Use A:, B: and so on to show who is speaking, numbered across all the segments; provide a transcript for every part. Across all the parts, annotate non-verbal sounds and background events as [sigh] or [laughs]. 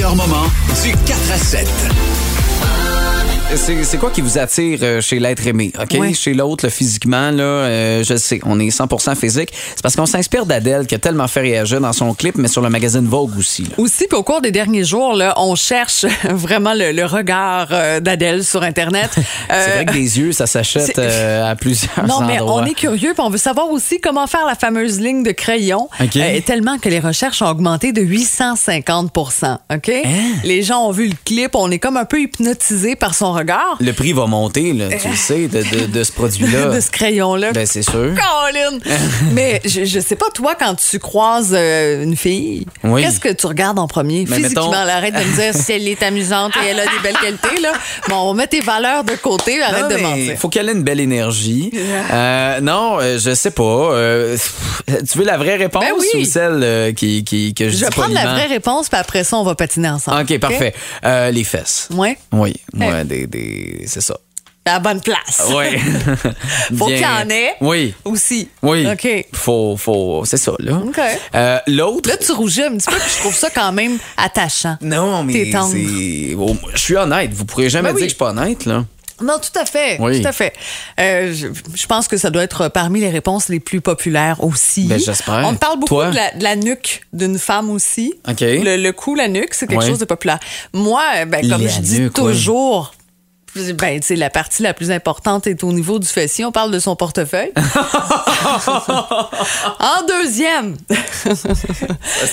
A: par moment, du 4 à 7.
B: C'est c'est quoi qui vous attire euh, chez l'être aimé, OK?
C: Ouais.
B: Chez l'autre, là, physiquement, là, euh, je sais, on est 100 physique. C'est parce qu'on s'inspire d'Adèle qui a tellement fait réagir dans son clip, mais sur le magazine Vogue aussi. là.
C: Aussi, puis au cours des derniers jours, là, on cherche [laughs] vraiment le, le regard euh, d'Adèle sur Internet.
B: C'est
C: Euh,
B: vrai que des yeux, ça s'achète
C: c'est-
B: euh, à plusieurs
C: Non, mais
B: endroits.
C: on est curieux, puis on veut savoir aussi comment faire la fameuse ligne de crayon. euh,
B: OK.
C: tellement que les recherches ont augmenté de 850 OK?
B: Hein?
C: Les gens ont vu le clip, on est comme un peu hypnotisés par son regard
B: Le prix va monter, là, tu
C: [laughs]
B: le sais, de, de- de ce produit-là.
C: de ce crayon-là.
B: Ben, c'est sûr.
C: [laughs] Colin! mais je, je sais pas, toi, quand tu croises euh, une fille,
B: Oui.
C: qu'est-ce que tu regardes en premier?
B: Mais
C: Physiquement,
B: mettons-
C: là, arrête de me
B: [laughs]
C: dire si elle est amusante et elle a des belles qualités. Là. Bon, on met tes valeurs de côté, arrête de mentir.
B: Il faut qu'elle ait une belle
C: [laughs]
B: énergie. Euh, non, euh, je sais pas. Euh, tu veux la vraie réponse
C: Ben oui.
B: ou celle euh, qui, qui- que je
C: Je vais
B: dis
C: prendre la
B: poliment?
C: vraie réponse, puis après ça, on va patiner ensemble.
B: Ah, OK, parfait. Euh, les fesses.
C: Ouais.
B: Oui, ouais, des, des- c'est ça.
C: À la bonne place.
B: [laughs] Oui.
C: Faut qu'il y en ait.
B: Oui.
C: Aussi.
B: Oui.
C: OK.
B: Faut, faut, c'est ça, là.
C: OK.
B: Euh, L'autre.
C: Là, tu rougis un petit peu, puis je trouve ça quand même attachant.
B: Non, mais
C: T'es tendre.
B: c'est. Oh, je suis honnête. Vous pourrez jamais
C: Ben
B: dire
C: oui.
B: que je suis pas honnête, là.
C: Non, tout à fait.
B: Oui.
C: Tout à fait. Euh, je, je pense que ça doit être parmi les réponses les plus populaires aussi.
B: Ben, j'espère.
C: On parle beaucoup
B: Toi?
C: de la, de la nuque d'une femme aussi.
B: OK.
C: Le, le cou, la nuque, c'est quelque
B: Ouais.
C: chose de populaire. Moi, ben, comme
B: La
C: je dis
B: nuque, oui.
C: toujours. Ben, tu sais, la partie la plus importante est au niveau du fessier. On parle de
B: [laughs]
C: son portefeuille. en deuxième,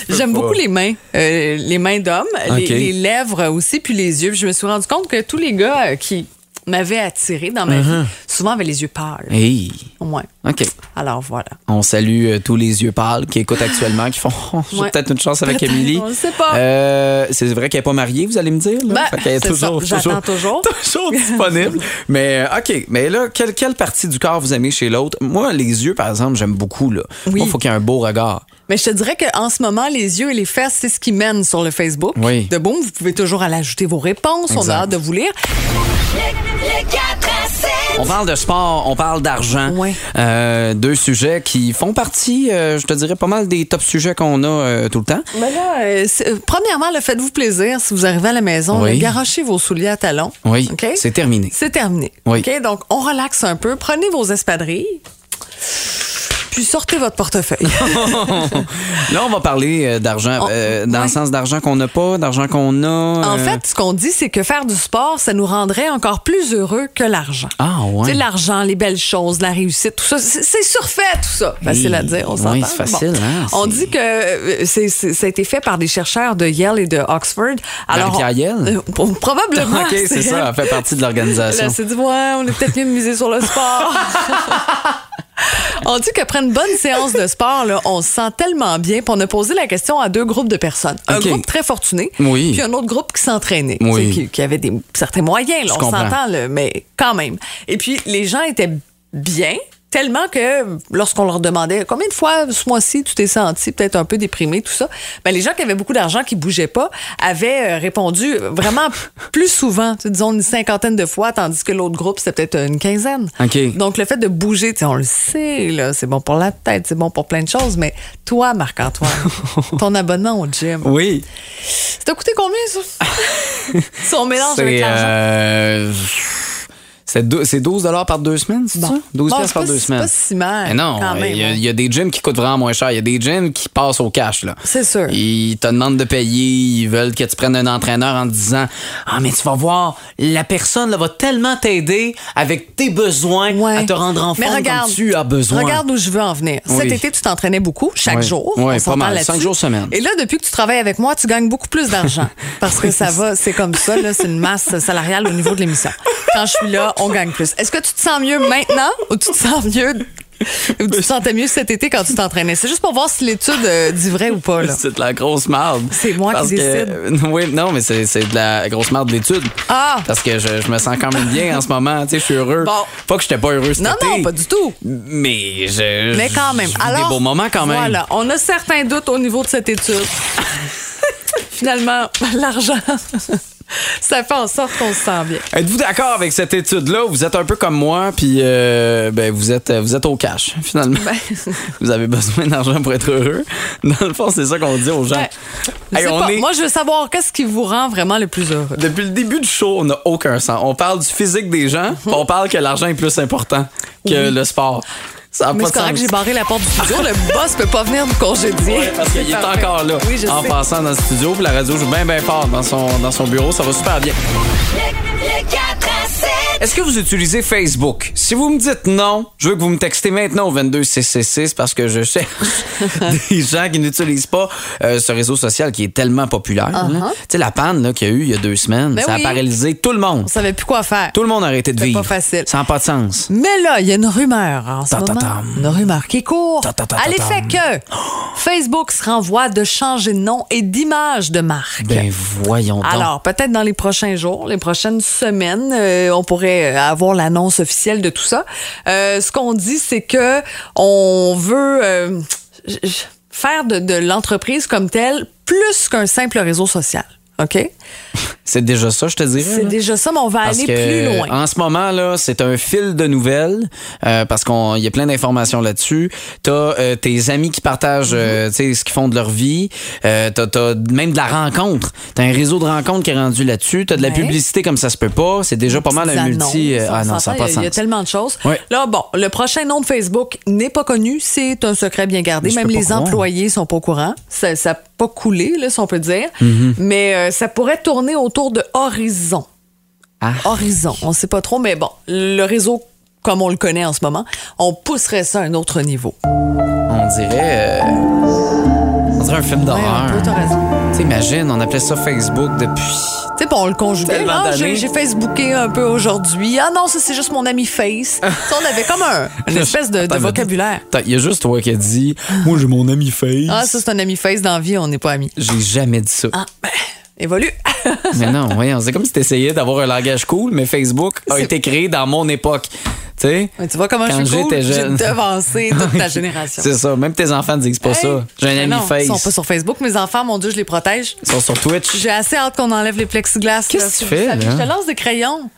C: j'aime
B: pas.
C: beaucoup les mains. Euh, les mains d'hommes, les-
B: OK.
C: les, lèvres aussi, puis les yeux. Puis je me suis rendu compte que tous les gars euh, qui m'avaient attiré dans ma vie, souvent avaient les yeux pâles.
B: Hey.
C: Ouais.
B: Uh-huh. OK.
C: Alors voilà.
B: On salue euh, tous les yeux pâles qui écoutent actuellement, qui font [laughs] Oh, j'ai
C: Ouais.
B: peut-être une chance avec
C: Peut-être,
B: Émilie.
C: on le sait pas.
B: Euh, c'est vrai qu'elle n'est pas mariée, vous allez me dire. Là?
C: Ben,
B: Fait qu'elle est
C: c'est
B: toujours,
C: ça. J'attends
B: toujours,
C: toujours.
B: [laughs] toujours disponible. Mais euh, OK. Mais là, quelle, quelle partie du corps vous aimez chez l'autre? Moi, les yeux, par exemple, j'aime beaucoup. Là.
C: Oui.
B: Moi, il faut qu'il y ait un beau regard.
C: Mais je te dirais qu'en ce moment, les yeux et les fesses, c'est ce qui mène sur le Facebook.
B: Oui.
C: De boum, vous pouvez toujours aller ajouter vos réponses. On
B: Exact.
C: a hâte de vous lire.
D: Le 4 à 7.
B: On parle de sport, on parle d'argent.
C: Ouais.
B: Euh, deux sujets qui font partie, euh, je te dirais, pas mal des top sujets qu'on a euh, tout le temps.
C: Mais là, euh, c'est- euh, premièrement, là, faites-vous plaisir si vous arrivez à la maison,
B: Oui.
C: là, garochez vos souliers à talons.
B: Oui,
C: OK?
B: c'est terminé.
C: C'est terminé.
B: Oui.
C: OK? Donc, on relaxe un peu. Prenez vos espadrilles. Puis sortez votre portefeuille.
B: Là, on va parler euh, d'argent,
C: On-
B: euh, dans
C: Oh, ouais.
B: le sens d'argent qu'on n'a pas, d'argent qu'on a. euh,
C: En fait, ce qu'on dit, c'est que faire du sport, ça nous rendrait encore plus heureux que l'argent.
B: Ah, ouais.
C: Tu sais, l'argent, les belles choses, la réussite, tout ça, c'est c'est surfait, tout ça. Facile
B: Hey,
C: à dire, on
B: oui,
C: s'entend.
B: c'est facile, hein,
C: On
B: c'est-
C: dit que euh, c'est- c'est- ça a été fait par des chercheurs de Yale et de Oxford.
B: Marie-Pierre
C: on-
B: Yale?
C: euh, pour-
B: [laughs]
C: probablement.
B: OK, c'est ça, elle fait partie de
C: Là,
B: l'organisation.
C: c'est dit, ouais, on est peut-être mieux de miser sur le sport. [laughs] On dit qu'après une bonne séance de sport, là, on se sent tellement bien. Puis on a posé la question à deux groupes de personnes. Un
B: OK.
C: groupe très fortuné,
B: Oui.
C: puis un autre groupe qui s'entraînait,
B: Oui.
C: tu sais, qui, qui avait des, certains moyens.
B: Je
C: là, on
B: comprends.
C: s'entend, là, mais quand même. Et puis les gens étaient bien. Tellement que lorsqu'on leur demandait combien de fois ce mois-ci tu t'es senti peut-être un peu déprimé, tout ça, ben les gens qui avaient beaucoup d'argent, qui bougeaient pas, avaient euh, répondu vraiment [laughs] plus souvent, tu sais, disons une cinquantaine de fois, tandis que l'autre groupe, c'était peut-être une quinzaine.
B: OK.
C: Donc, le fait de bouger, tu sais, on le sait, là, c'est bon pour la tête, c'est bon pour plein de choses, mais toi, Marc-Antoine,
B: [laughs]
C: ton abonnement au gym,
B: Oui.
C: ça t'a coûté combien,
B: [laughs]
C: ça? Son mélange avec
B: C'est
C: l'argent.
B: euh, c'est dou- c'est 12 par deux semaines, c'est
C: Bon.
B: ça? 12
C: Bon,
B: piastres
C: c'est
B: par
C: pas
B: deux
C: si-
B: semaines.
C: pas si mal,
B: Mais non,
C: quand même,
B: il y, a-
C: hein.
B: il y a des gyms qui coûtent vraiment moins cher. Il y a des gyms qui passent au cash. là.
C: C'est sûr.
B: Ils te demandent de payer. Ils veulent que tu prennes un entraîneur en te disant Ah, mais tu vas voir, la personne là, va tellement t'aider avec tes besoins
C: Ouais.
B: à te rendre en
C: Mais
B: forme
C: regarde,
B: comme tu as besoin.
C: Regarde où je veux en venir. Cet
B: Oui.
C: été, tu t'entraînais beaucoup, chaque
B: Oui.
C: jour.
B: Oui,
C: on
B: pas
C: s'entend
B: mal.
C: là-dessus.
B: Cinq jours semaine.
C: Et là, depuis que tu travailles avec moi, tu gagnes beaucoup
B: [laughs]
C: plus d'argent. Parce que ça va, c'est comme ça, là, c'est une masse salariale au niveau de l'émission. Quand je suis là, on gagne plus. Est-ce que tu te sens mieux maintenant ou tu te sens mieux ou tu te sentais mieux cet été quand tu t'entraînais? C'est juste pour voir si l'étude euh, dit vrai ou pas. Là.
B: C'est de la grosse marde.
C: C'est moi qui
B: Parce que- euh,
C: décide.
B: oui, non, mais c'est c'est de la grosse marde de l'étude.
C: Ah!
B: Parce que je, je me sens quand même bien en ce moment. Tu sais, je suis heureux.
C: Bon.
B: Pas que j'étais pas heureux cet
C: Non,
B: été.
C: non, pas du tout.
B: Mais je.
C: Mais quand même.
B: je vis
C: Alors,
B: des beaux moments quand même.
C: Voilà, on
B: [laughs]
C: a certains doutes au niveau de cette étude. Finalement, l'argent. [laughs] ça fait en sorte qu'on se sent bien.
B: Êtes-vous d'accord avec cette étude-là? Vous êtes un peu comme moi, puis euh, ben, vous, êtes, vous êtes au cash, finalement.
C: Ben.
B: [laughs] vous avez besoin d'argent pour être heureux. Dans le fond, c'est ça qu'on dit aux gens.
C: Ouais. Ben, Je
B: Hey,
C: sais
B: on
C: pas.
B: est-
C: Moi, je veux savoir qu'est-ce qui vous rend vraiment le plus heureux.
B: Depuis le début du show, on n'a aucun sens. On parle du physique des gens,
C: Mhm.
B: puis on parle que l'argent est plus important que le sport. Ça n'a
C: Mais
B: pas
C: c'est
B: de sens.
C: correct, j'ai barré la porte du studio. Le boss peut pas venir nous congédier.
B: Ouais, parce
C: [laughs]
B: qu'il est
C: Parfait.
B: encore là.
C: Oui, je
B: en
C: sais.
B: passant dans le studio, puis la radio joue bien, bien fort dans son, dans son bureau. Ça va super bien.
D: Le 4 à 7.
B: Est-ce que vous utilisez Facebook? Si vous me dites non, je veux que vous me textez maintenant au 22666 parce que je
C: [laughs]
B: cherche des gens qui n'utilisent pas euh, ce réseau social qui est tellement populaire. là. Tu sais, la panne là, qu'il y a eu il y a deux semaines,
C: Uh-huh. Ben
B: ça
C: oui.
B: a paralysé tout le monde.
C: On savait plus quoi faire.
B: Tout le monde a arrêté de
C: C'est
B: vivre.
C: pas facile.
B: Ça n'a pas de sens.
C: Mais là, il y a une rumeur en ce
B: Ta, ta,
C: moment.
B: tam.
C: Une rumeur qui court.
B: Ta, ta, ta, ta,
C: À l'effet
B: tam.
C: que
B: [gasps]
C: Facebook se renvoie de changer de nom et d'image de marque.
B: Ben voyons donc.
C: Alors, peut-être dans les prochains jours, les prochaines semaines, euh, on pourrait euh, avoir l'annonce officielle de tout ça. Euh, ce qu'on dit, c'est que on veut euh, j- j- faire de, de l'entreprise comme telle plus qu'un simple réseau social. OK?
B: C'est déjà ça, je te dirais.
C: C'est
B: là.
C: déjà ça, mais on va
B: Parce
C: aller
B: que,
C: plus loin.
B: En ce moment, là, c'est un fil de nouvelles euh, parce qu'on y a plein d'informations là-dessus. T'as euh, tes amis qui partagent euh,
C: Mm-hmm.
B: tu sais, ce qu'ils font de leur vie. Euh, t'as, t'as même de la rencontre. T'as un réseau de rencontres qui est rendu là-dessus. T'as de la
C: Ouais.
B: publicité comme ça se peut pas. C'est déjà pas mal
C: Petites
B: un multi. euh,
C: annonces,
B: ah
C: on
B: non, ça
C: s'entend,
B: n'a pas de
C: il y a- Il y a
B: sens.
C: tellement de choses.
B: Ouais.
C: Là, bon, le prochain nom de Facebook n'est pas connu. C'est un secret bien gardé.
B: Mais je
C: Même
B: peux pas
C: les
B: croire.
C: employés sont pas au courant. Ça n'a pas coulé, là, si on peut dire.
B: Mhm.
C: Mais euh, ça pourrait tourner autour de Horizon.
B: Ah.
C: Horizon, on sait pas trop, mais bon, le réseau comme on le connaît en ce moment, on pousserait ça à un autre niveau.
B: On dirait. euh, on dirait un film
C: Ouais,
B: d'horreur.
C: un peu, t'as raison.
B: Ah. T'imagines, on appelait ça Facebook depuis.
C: Tu sais, puis on le conjuguait.
B: Tellement
C: Ah, j'ai
B: d'années.
C: j'ai Facebooké un peu aujourd'hui. Ah non, ça, c'est juste mon
B: [laughs]
C: ami Face. Tu sais, on avait comme un, une espèce de- de
B: Attends, mais-
C: vocabulaire.
B: Attends, Il y a juste toi qui a dit Moi, j'ai mon ami Face.
C: Ah, ça, c'est un ami face dans la vie, on n'est pas amis.
B: J'ai jamais dit ça.
C: Ah, ben, évolue. [laughs]
B: Mais non, voyons, c'est comme si t'essayais d'avoir un langage cool, mais Facebook a
C: C'est-
B: été créé dans mon époque. Tu sais?
C: Mais tu vois comment
B: Quand
C: je suis cool,
B: j'étais
C: j'ai
B: jeune.
C: devancé
B: [laughs]
C: toute ta génération.
B: C'est ça, même tes enfants ne disent pas ça. J'ai un
C: Mais
B: ami
C: non,
B: Face.
C: Ils sont pas sur Facebook, mes enfants, mon Dieu, je les protège.
B: Ils sont sur Twitch.
C: J'ai assez hâte qu'on enlève les plexiglas.
B: Qu'est-ce
C: là,
B: que tu
C: sur-
B: fais,
C: ça-
B: là?
C: Je te lance des crayons.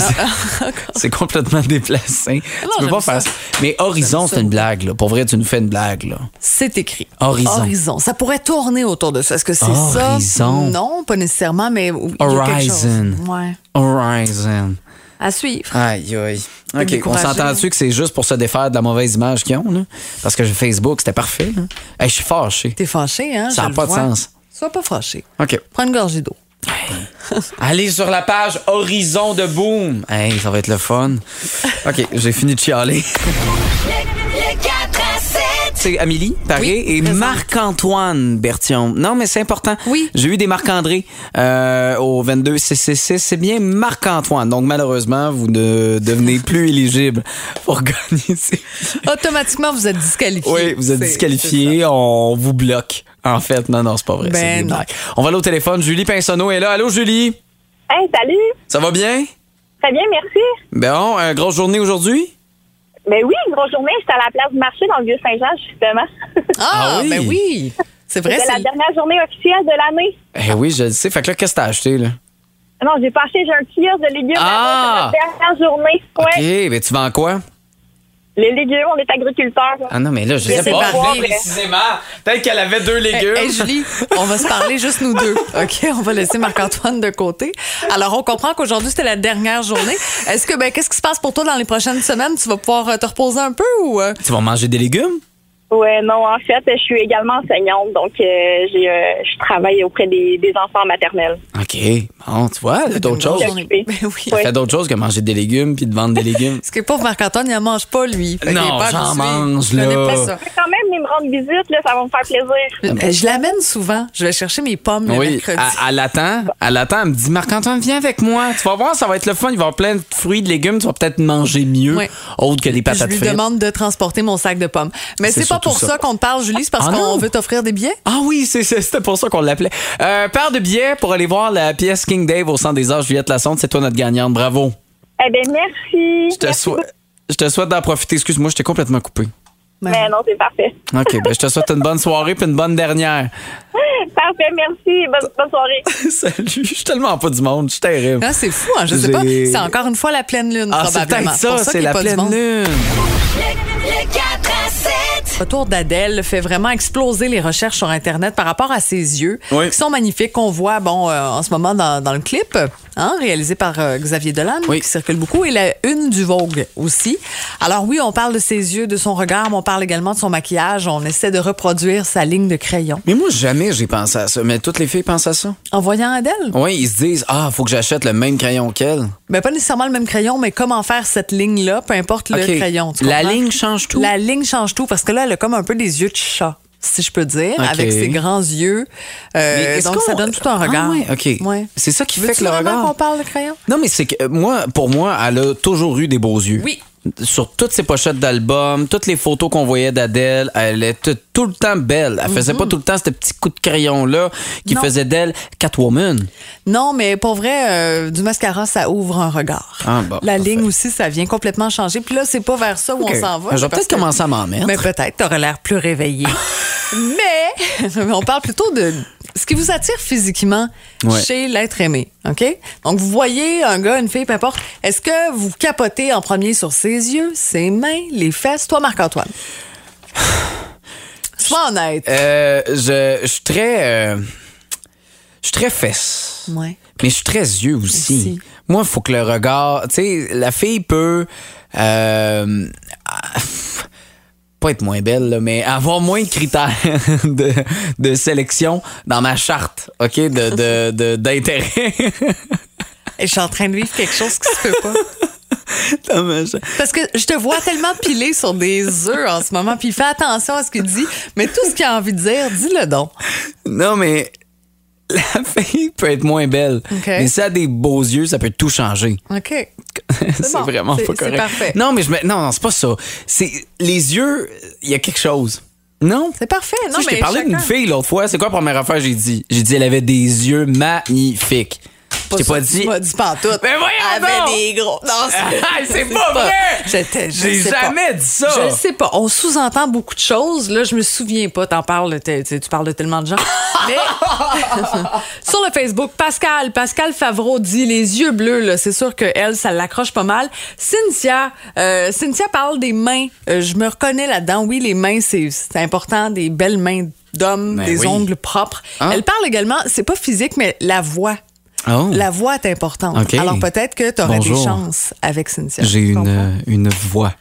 C: Ah,
B: [laughs] C'est complètement déplacé.
C: Non,
B: tu peux
C: j'aime
B: pas faire
C: ça.
B: ça. Mais Horizon,
C: J'aime ça.
B: c'est une blague, là. Pour vrai, tu nous fais une blague, là.
C: C'est écrit.
B: Horizon.
C: Ça pourrait tourner autour de ça. Est-ce que c'est ça?
B: Horizon.
C: Non, pas nécessairement, mais il y a quelque chose.
B: Horizon.
C: Ouais.
B: Horizon.
C: À suivre.
B: Aïe, aïe. OK, on
C: découragé,
B: s'entend-tu que c'est juste pour se défaire de la mauvaise image qu'ils ont, là? Parce que Facebook, c'était parfait, là. Hey, je suis fâché.
C: T'es fâché, hein?
B: Ça
C: je
B: a
C: le
B: pas de
C: vois.
B: sens.
C: Sois pas fâché.
B: OK.
C: Prends une gorgée d'eau.
B: Allez sur la page Horizon de Boom. Hey, ça va être le fun. [laughs] OK, j'ai fini de chialer.
D: Le 4 à 7.
B: C'est Amélie Paré
C: Oui,
B: et
C: présente.
B: Marc-Antoine Bertillon. Non, mais c'est important.
C: Oui.
B: J'ai eu des Marc-André euh, au 22 CCC. C'est bien Marc-Antoine. Donc, malheureusement, vous ne devenez plus éligible pour [laughs] gagner. ces-
C: Automatiquement, vous êtes disqualifié.
B: Oui, vous êtes
C: C'est- c'est
B: disqualifié. On vous bloque. En fait, non, non, c'est pas vrai.
C: Ben
B: c'est des
C: non.
B: blagues. On va aller au téléphone. Julie Pinsonneau est là. Allô, Julie?
E: Hey, salut!
B: Ça va bien?
E: Très bien, merci.
B: Bon, euh, grosse journée aujourd'hui?
E: Ben oui, grosse journée, j'étais à la place du marché dans le Vieux-Saint-Jean,
B: [laughs]
E: justement.
C: ça. Ah,
B: Ah oui.
C: ben oui. C'est vrai,
E: C'était la
C: c'est
E: dernière journée officielle de l'année.
B: Eh oui, je le sais. Fait que là, qu'est-ce que t'as acheté, là?
E: Non, j'ai pas acheté, j'ai un kiosque de légumes.
B: Ah!
E: là-bas, C'est la dernière journée. Ouais.
B: OK, mais tu vends quoi?
E: Les légumes, on est agriculteurs. là.
B: Ah non, mais là, je
E: Mais
B: sais
E: c'est
B: pas.
E: pas vrai.
B: précisément. Peut-être qu'elle avait deux légumes.
C: Hey, hey, Eh, Julie, on va se parler juste
B: [laughs]
C: nous deux. OK, on va laisser Marc-Antoine de côté. Alors, on comprend qu'aujourd'hui, c'était la dernière journée. Est-ce que, ben, qu'est-ce qui se passe pour toi dans les prochaines semaines? Tu vas pouvoir euh, te reposer un peu ou. euh?
B: Tu vas manger des légumes?
E: Ouais, non, en fait, je suis également enseignante, donc euh, j'ai, euh, je travaille auprès des, des enfants maternels.
B: OK. Bon, tu vois, il y a d'autres choses.
E: journée.
C: Ben oui.
B: Il y a d'autres choses que manger des légumes puis de vendre des légumes.
C: Parce que pauvre Marc-Antoine, il en mange pas, lui. Fait qu'il
B: Non,
C: est pas
B: j'en
C: habitué.
B: mange,
C: Il connaît
B: là. Ah
C: pas ça.
E: Mais quand même, ils me rendent visite, là, ça va me faire plaisir.
C: Euh, Je l'amène souvent. Je vais chercher mes pommes le
B: Oui,
C: mercredi.
B: elle- elle attend. Elle attend. Elle me dit Marc-Antoine, viens avec moi. Tu vas voir, ça va être le fun. Il va y avoir plein de fruits, de légumes. Tu vas peut-être manger mieux,
C: Ouais.
B: autre que des
C: Je
B: patates
C: lui
B: frites.
C: demande de transporter mon sac de pommes. Mais
B: C'est
C: c'est pas
B: surtout
C: pour
B: ça.
C: ça qu'on te parle, Julie, c'est parce
B: Ah
C: qu'on
B: non?
C: veut t'offrir des billets.
B: Ah oui, c'est- c'est- c'était pour ça qu'on l'appelait. Euh, paire de billets pour aller voir la pièce King Dave au Centre des Arts Juliette Lassonde. C'est toi notre gagnante. Bravo.
E: Eh ben merci.
B: Je te,
E: Merci
B: souhai- je te souhaite d'en profiter. Excuse-moi, je t'ai complètement coupé.
E: beaucoup. Mais non, Ben c'est parfait. [laughs]
B: OK, ben, je te souhaite une bonne soirée puis une bonne dernière. [laughs]
E: Parfait, merci. Bonne, bonne soirée.
B: Salut, je suis tellement pas du monde, je suis terrible.
C: Là, c'est fou, hein, je sais pas.
B: J'ai-
C: C'est encore une fois la pleine lune,
B: Ah, c'est
C: probablement.
B: peut-être ça,
C: pour
B: c'est
C: qu'il y a
B: la
C: pas du
B: pleine
C: monde.
B: lune.
D: Le 4 à 7.
C: Le retour d'Adèle fait vraiment exploser les recherches sur Internet par rapport à ses yeux,
B: Oui.
C: qui sont magnifiques, qu'on voit bon, euh, en ce moment dans, dans le clip, hein, réalisé par euh, Xavier Dolan,
B: Oui.
C: qui circule beaucoup, et la une du Vogue aussi. Alors oui, on parle de ses yeux, de son regard, mais on parle également de son maquillage. On essaie de reproduire sa ligne de crayon.
B: Mais moi, jamais j'ai pensé à ça. Mais toutes les filles pensent à ça.
C: En voyant Adèle,
B: Oui, ils se disent Ah, faut que j'achète le même crayon qu'elle.
C: ben, pas nécessairement le même crayon, mais comment faire cette ligne-là, peu importe le
B: OK.
C: crayon. tu
B: La
C: comprends?
B: ligne change tout.
C: La ligne change tout parce que là, elle a comme un peu des yeux de chat, si je peux dire,
B: OK.
C: avec ses grands yeux.
B: Mais
C: Euh,
B: est-ce
C: donc,
B: qu'on-
C: ça donne tout un regard.
B: Ah, ouais, OK.
C: Ouais.
B: C'est ça qui fait
C: Veux-tu
B: que le
C: vraiment
B: regard.
C: qu'on parle de crayon?
B: Non, mais c'est que euh, moi, pour moi, elle a toujours eu des beaux yeux.
C: Oui.
B: Sur toutes ses pochettes d'albums, toutes les photos qu'on voyait d'Adèle, elle était tout le temps belle. Elle faisait pas tout le temps ce petit coup de crayon-là qui
C: Mm-hmm. Non.
B: faisait d'elle Catwoman.
C: Non, mais pour vrai, euh, du mascara, ça ouvre un regard.
B: Ah, bon,
C: La
B: parfait.
C: ligne aussi, ça vient complètement changer. Puis là, c'est pas vers ça où
B: OK.
C: on s'en va.
B: Je vais
C: parce
B: peut-être commencer à m'en mettre.
C: Mais peut-être, t'auras l'air
B: [laughs]
C: plus réveillé. mais [laughs] on parle plutôt de ce qui vous attire physiquement
B: Ouais.
C: chez l'être aimé. OK? Donc, vous voyez un gars, une fille, peu importe. Est-ce que vous capotez en premier sur ses yeux, ses mains, les fesses?
B: [sighs]
C: Toi, Marc-Antoine. Sois honnête.
B: Euh, je, je suis très. euh, je suis très fesse.
C: Ouais.
B: Mais je suis très yeux aussi.
C: Aussi.
B: Moi, il faut que le regard. Tu sais, la fille peut. euh, pas être moins belle, là, mais avoir moins de critères [laughs] de, de sélection dans ma charte, OK, d'intérêt. De, de, d'intérêt [laughs]
C: Et je suis en train de vivre quelque chose qui se peut
B: [laughs]
C: pas.
B: dans ma charte.
C: Parce que je te vois tellement pilé sur des œufs en ce moment, puis fais attention à ce qu'il dit, mais tout ce qu'il a envie de dire, dis-le donc.
B: Non, mais la [laughs] fille peut être moins belle.
C: OK.
B: Mais si elle a des beaux yeux, ça peut tout changer. [laughs]
C: OK.
B: c'est
C: bon.
B: vraiment
C: C'est-
B: pas
C: c'est
B: correct.
C: parfait.
B: Non, mais je me... non, non, c'est pas ça. C'est les yeux, il y a quelque chose. Non?
C: C'est parfait.
B: Tu
C: Non,
B: sais, je t'ai
C: mais
B: parlé d'une
C: chacun.
B: fille l'autre fois. C'est quoi la première affaire que j'ai dit? J'ai dit elle avait des yeux magnifiques. Je t'ai
C: ça
B: pas
C: que tu
B: dit.
C: m'as dit pantoute.
B: Mais voyons
C: Avec
B: donc!
C: des gros.
B: [laughs]
C: Non,
B: Ah, c'est pas vrai!
C: J'étais- je
B: J'ai
C: sais pas.
B: jamais dit ça.
C: Je le sais pas. On sous-entend beaucoup de choses. Là, je me souviens pas. T'en parles, t'es- t'es- tu parles de tellement
B: [laughs]
C: de gens. Mais [laughs] sur le Facebook, Pascal, Pascal Favreau dit les yeux bleus. Là, c'est sûr que elle, ça l'accroche pas mal. Cynthia, euh, Cynthia parle des mains. Euh, je me reconnais là-dedans. Oui, les mains, c'est, c'est important. Des belles mains d'hommes,
B: Ben
C: des
B: oui.
C: ongles propres.
B: Hein?
C: Elle parle également. C'est pas physique, mais la voix.
B: Oh.
C: La voix est importante.
B: OK.
C: Alors peut-être que tu aurais des
B: Bonjour.
C: chances avec Cynthia.
B: J'ai
C: Tu comprends?
B: une, une voix.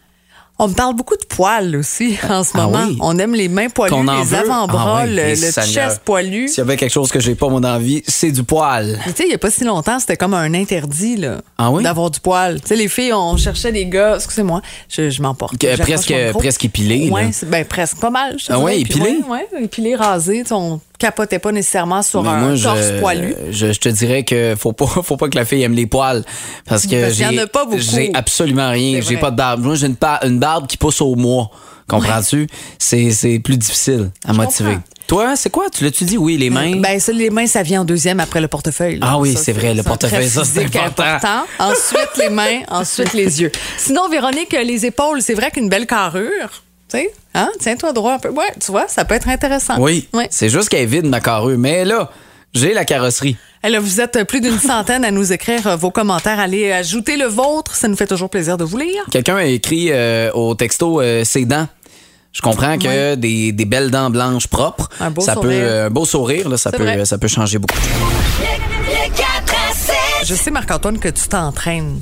C: On me parle beaucoup de poils aussi [laughs] en ce
B: ah
C: moment.
B: oui?
C: On aime les mains poilues,
B: Qu'on en
C: les
B: veut.
C: avant-bras,
B: Ah ouais,
C: le,
B: les
C: le
B: seigneurs.
C: chest poilu.
B: S'il y avait quelque chose que j'ai pas, mon envie, c'est du poil.
C: Puis, Tu sais, il n'y a pas si longtemps, c'était comme un interdit là,
B: Ah oui?
C: d'avoir du poil. Tu sais, les filles, on cherchait des gars. Excusez-moi, je, je m'emporte.
B: Que-
C: J'approche
B: presque-
C: mon micro.
B: presque épilés, là.
C: Ouais, c'est- ben, presque pas mal. je te
B: Ah
C: dirais.
B: ouais,
C: Puis,
B: épilés?
C: Ouais, ouais, épilés, rasés. Tu sais, On capotait pas nécessairement sur
B: Mais
C: un
B: Ben, moi,
C: torse poilu.
B: Je, je te dirais que faut pas, [laughs] faut pas que la fille aime les poils. Parce que
C: Parce qu'il y
B: j'ai-
C: en a pas beaucoup.
B: j'ai absolument rien.
C: C'est
B: J'ai
C: vrai.
B: pas de barbe. Moi, j'ai une, pa- une barbe qui pousse au mois. Comprends-tu? C'est- C'est plus difficile à motiver.
C: comprends.
B: Toi, c'est quoi? Tu l'as-tu dit? Oui, les mains.
C: Ben, ça, les mains, ça vient en deuxième après le portefeuille. là.
B: Ah oui,
C: Ça,
B: c'est vrai, le
C: un trait
B: portefeuille, ça, c'est
C: physique
B: important.
C: Ensuite,
B: [laughs]
C: les mains, ensuite, les yeux. Sinon, Véronique, les épaules, c'est vrai qu'une belle carrure, tu sais, hein? tiens-toi droit un peu. Ouais, tu vois, ça peut être intéressant.
B: oui.
C: Ah, Ouais.
B: C'est juste qu'elle est vide, ma carrure. Mais là, j'ai la carrosserie.
C: Eh, là, vous êtes plus d'une centaine à nous écrire euh, vos commentaires. Allez ajouter le vôtre, ça nous fait toujours plaisir de vous lire.
B: Quelqu'un a écrit euh, au texto euh, ses dents. Je comprends que des, des belles dents blanches propres,
C: Un beau
B: ça peut
C: sourire.
B: euh, un beau sourire, là, ça
C: C'est
B: peut
C: vrai.
B: ça peut changer beaucoup.
D: Le 4 à 7.
C: Je sais, Marc-Antoine, que tu t'entraînes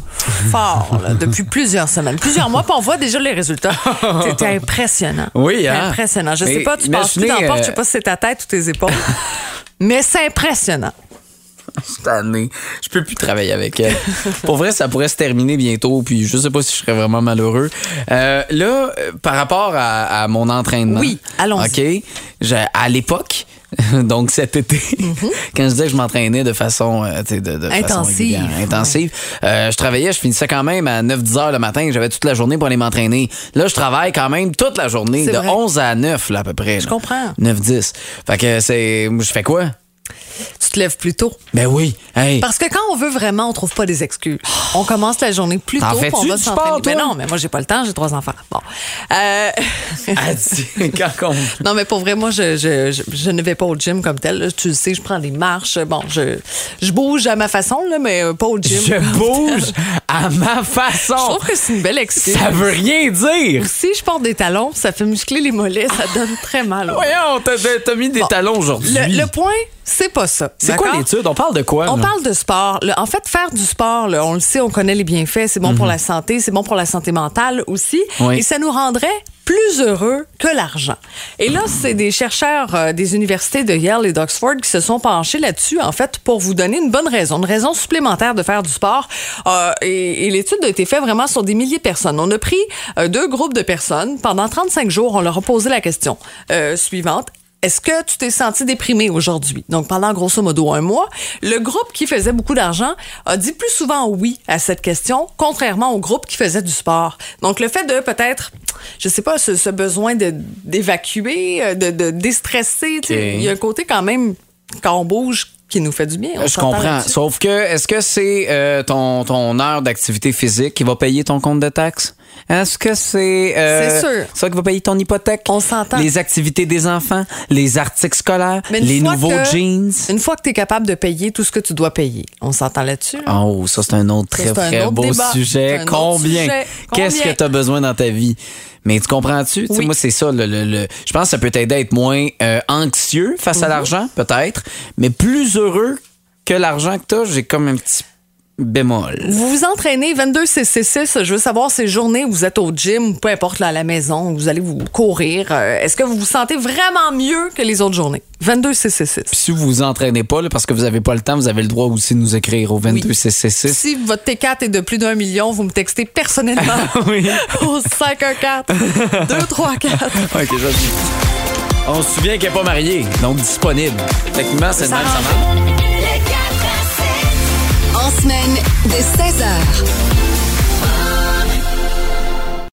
C: fort là, depuis plusieurs semaines, plusieurs mois, puis on voit déjà
B: [laughs]
C: les résultats. C'était impressionnant.
B: Oui, hein?
C: C'est Impressionnant. Je sais
B: Mais
C: pas, tu passes plus
B: imaginez,
C: dans la porte,
B: euh,
C: je sais pas si c'est ta tête ou
B: [laughs]
C: tes épaules, mais c'est impressionnant.
B: cette année. Je peux plus travailler avec
C: [laughs]
B: elle. Pour vrai, ça pourrait se terminer bientôt, puis je sais pas si je serais vraiment malheureux. Euh, là, euh, par rapport à, à mon entraînement.
C: Oui, allons-y.
B: OK. j'ai- à l'époque, [laughs] donc cet été,
C: Mhm.
B: [laughs] quand je disais que je m'entraînais de façon euh, tu sais, de, de façon
C: Intensive.
B: régulière, intensive, euh, je travaillais, je finissais quand même à 9-10 heures le matin, j'avais toute la journée pour aller m'entraîner. Là, je travaille quand même toute la journée,
C: C'est
B: de
C: vrai.
B: 11 à 9 là, à peu près. Je
C: comprends.
B: 9-10. Fait que c'est. Je fais quoi?
C: Tu tu te lèves plus tôt.
B: Ben oui. Hey.
C: Parce que quand on veut vraiment, on trouve pas des excuses. On commence la journée plus tôt,
B: T'en
C: puis on
B: fais-tu
C: va
B: du
C: s'entraîner.
B: sport, toi?
C: Mais non, mais moi j'ai pas le temps, j'ai trois enfants. Bon.
B: [laughs]
C: Euh,
B: Ah, dis- [laughs] quand on-
C: Non, mais pour vrai, moi, je, je, je, je ne vais pas au gym comme tel. là. Tu le sais, je prends des marches. Bon, je, je bouge à ma façon, là, mais euh, pas au gym.
B: Je
C: [laughs]
B: bouge à ma
C: Je
B: façon.
C: trouve que c'est une belle excuse.
B: Ça veut rien dire.
C: Si je porte des talons, ça fait muscler les mollets, ça donne très mal. au-
B: Voyons, t'as- t'as t'as mis des
C: Bon.
B: talons aujourd'hui.
C: Le, le point, c'est pas ça.
B: C'est quoi
C: d'accord?
B: l'étude? On parle de quoi?
C: On
B: là?
C: parle de sport. là. en fait, faire du sport, là, on le sait, on connaît les bienfaits. C'est bon pour la santé, c'est bon pour la santé mentale aussi.
B: Mhm. Oui.
C: Et ça nous rendrait plus heureux que l'argent. Et là, c'est des chercheurs euh, des universités de Yale et d'Oxford qui se sont penchés là-dessus, en fait, pour vous donner une bonne raison, une raison supplémentaire de faire du sport. Euh, et et l'étude a été faite vraiment sur des milliers de personnes. On a pris euh, deux groupes de personnes. Pendant 35 jours, on leur a posé la question euh, suivante. Est-ce que tu t'es senti déprimé aujourd'hui? Donc, pendant grosso modo un mois, le groupe qui faisait beaucoup d'argent a dit plus souvent oui à cette question, contrairement au groupe qui faisait du sport. Donc, le fait de peut-être, je sais pas, ce, ce besoin de- d'évacuer, euh, de, de déstresser, tu sais,
B: Ok.
C: il y a un côté quand même, quand on bouge, qui nous fait du bien. on
B: Je
C: s'entend
B: comprends.
C: là-dessus.
B: Sauf que, est-ce que c'est euh, ton, ton heure d'activité physique qui va payer ton compte de taxes? Est-ce que c'est euh,
C: C'est sûr.
B: ça qui va payer ton hypothèque?
C: On s'entend.
B: Les activités des enfants, les articles scolaires,
C: Mais une
B: les
C: fois
B: nouveaux
C: que-
B: jeans.
C: Une fois que tu es capable de payer tout ce que tu dois payer, on s'entend là-dessus? là?
B: Oh, ça, c'est un autre
C: Ça,
B: très,
C: c'est un
B: très
C: autre
B: beau
C: débat.
B: sujet.
C: C'est un autre
B: Combien?
C: sujet.
B: Qu'est-ce que
C: Combien?
B: tu as besoin dans ta vie? Mais tu comprends-tu? Tu sais,
C: Oui.
B: Moi, c'est ça. le- le- le- je pense que ça peut t'aider à être moins euh, anxieux face
C: Mhm.
B: à l'argent, peut-être, mais plus heureux que l'argent que t'as, j'ai comme un petit bémol.
C: Vous vous entraînez 22 CC6. Je veux savoir ces journées où vous êtes au gym, ou peu importe là, à la maison, où vous allez vous courir. euh, Est-ce que vous vous sentez vraiment mieux que les autres journées? 22 CC6.
B: Si vous vous entraînez pas, là, parce que vous avez pas le temps, vous avez le droit aussi de nous écrire au 22
C: [laughs]
B: CC6.
C: Si votre T4 est de plus d'un million, vous me textez personnellement
B: Oui.
C: au 514 234.
B: Ok, je le dis. On se souvient qu'elle n'est pas mariée, donc disponible. Techniquement, c'est le
C: Ça
B: même, ça
C: rentre.
B: marche.
D: Le 4 à
F: En semaine de 16h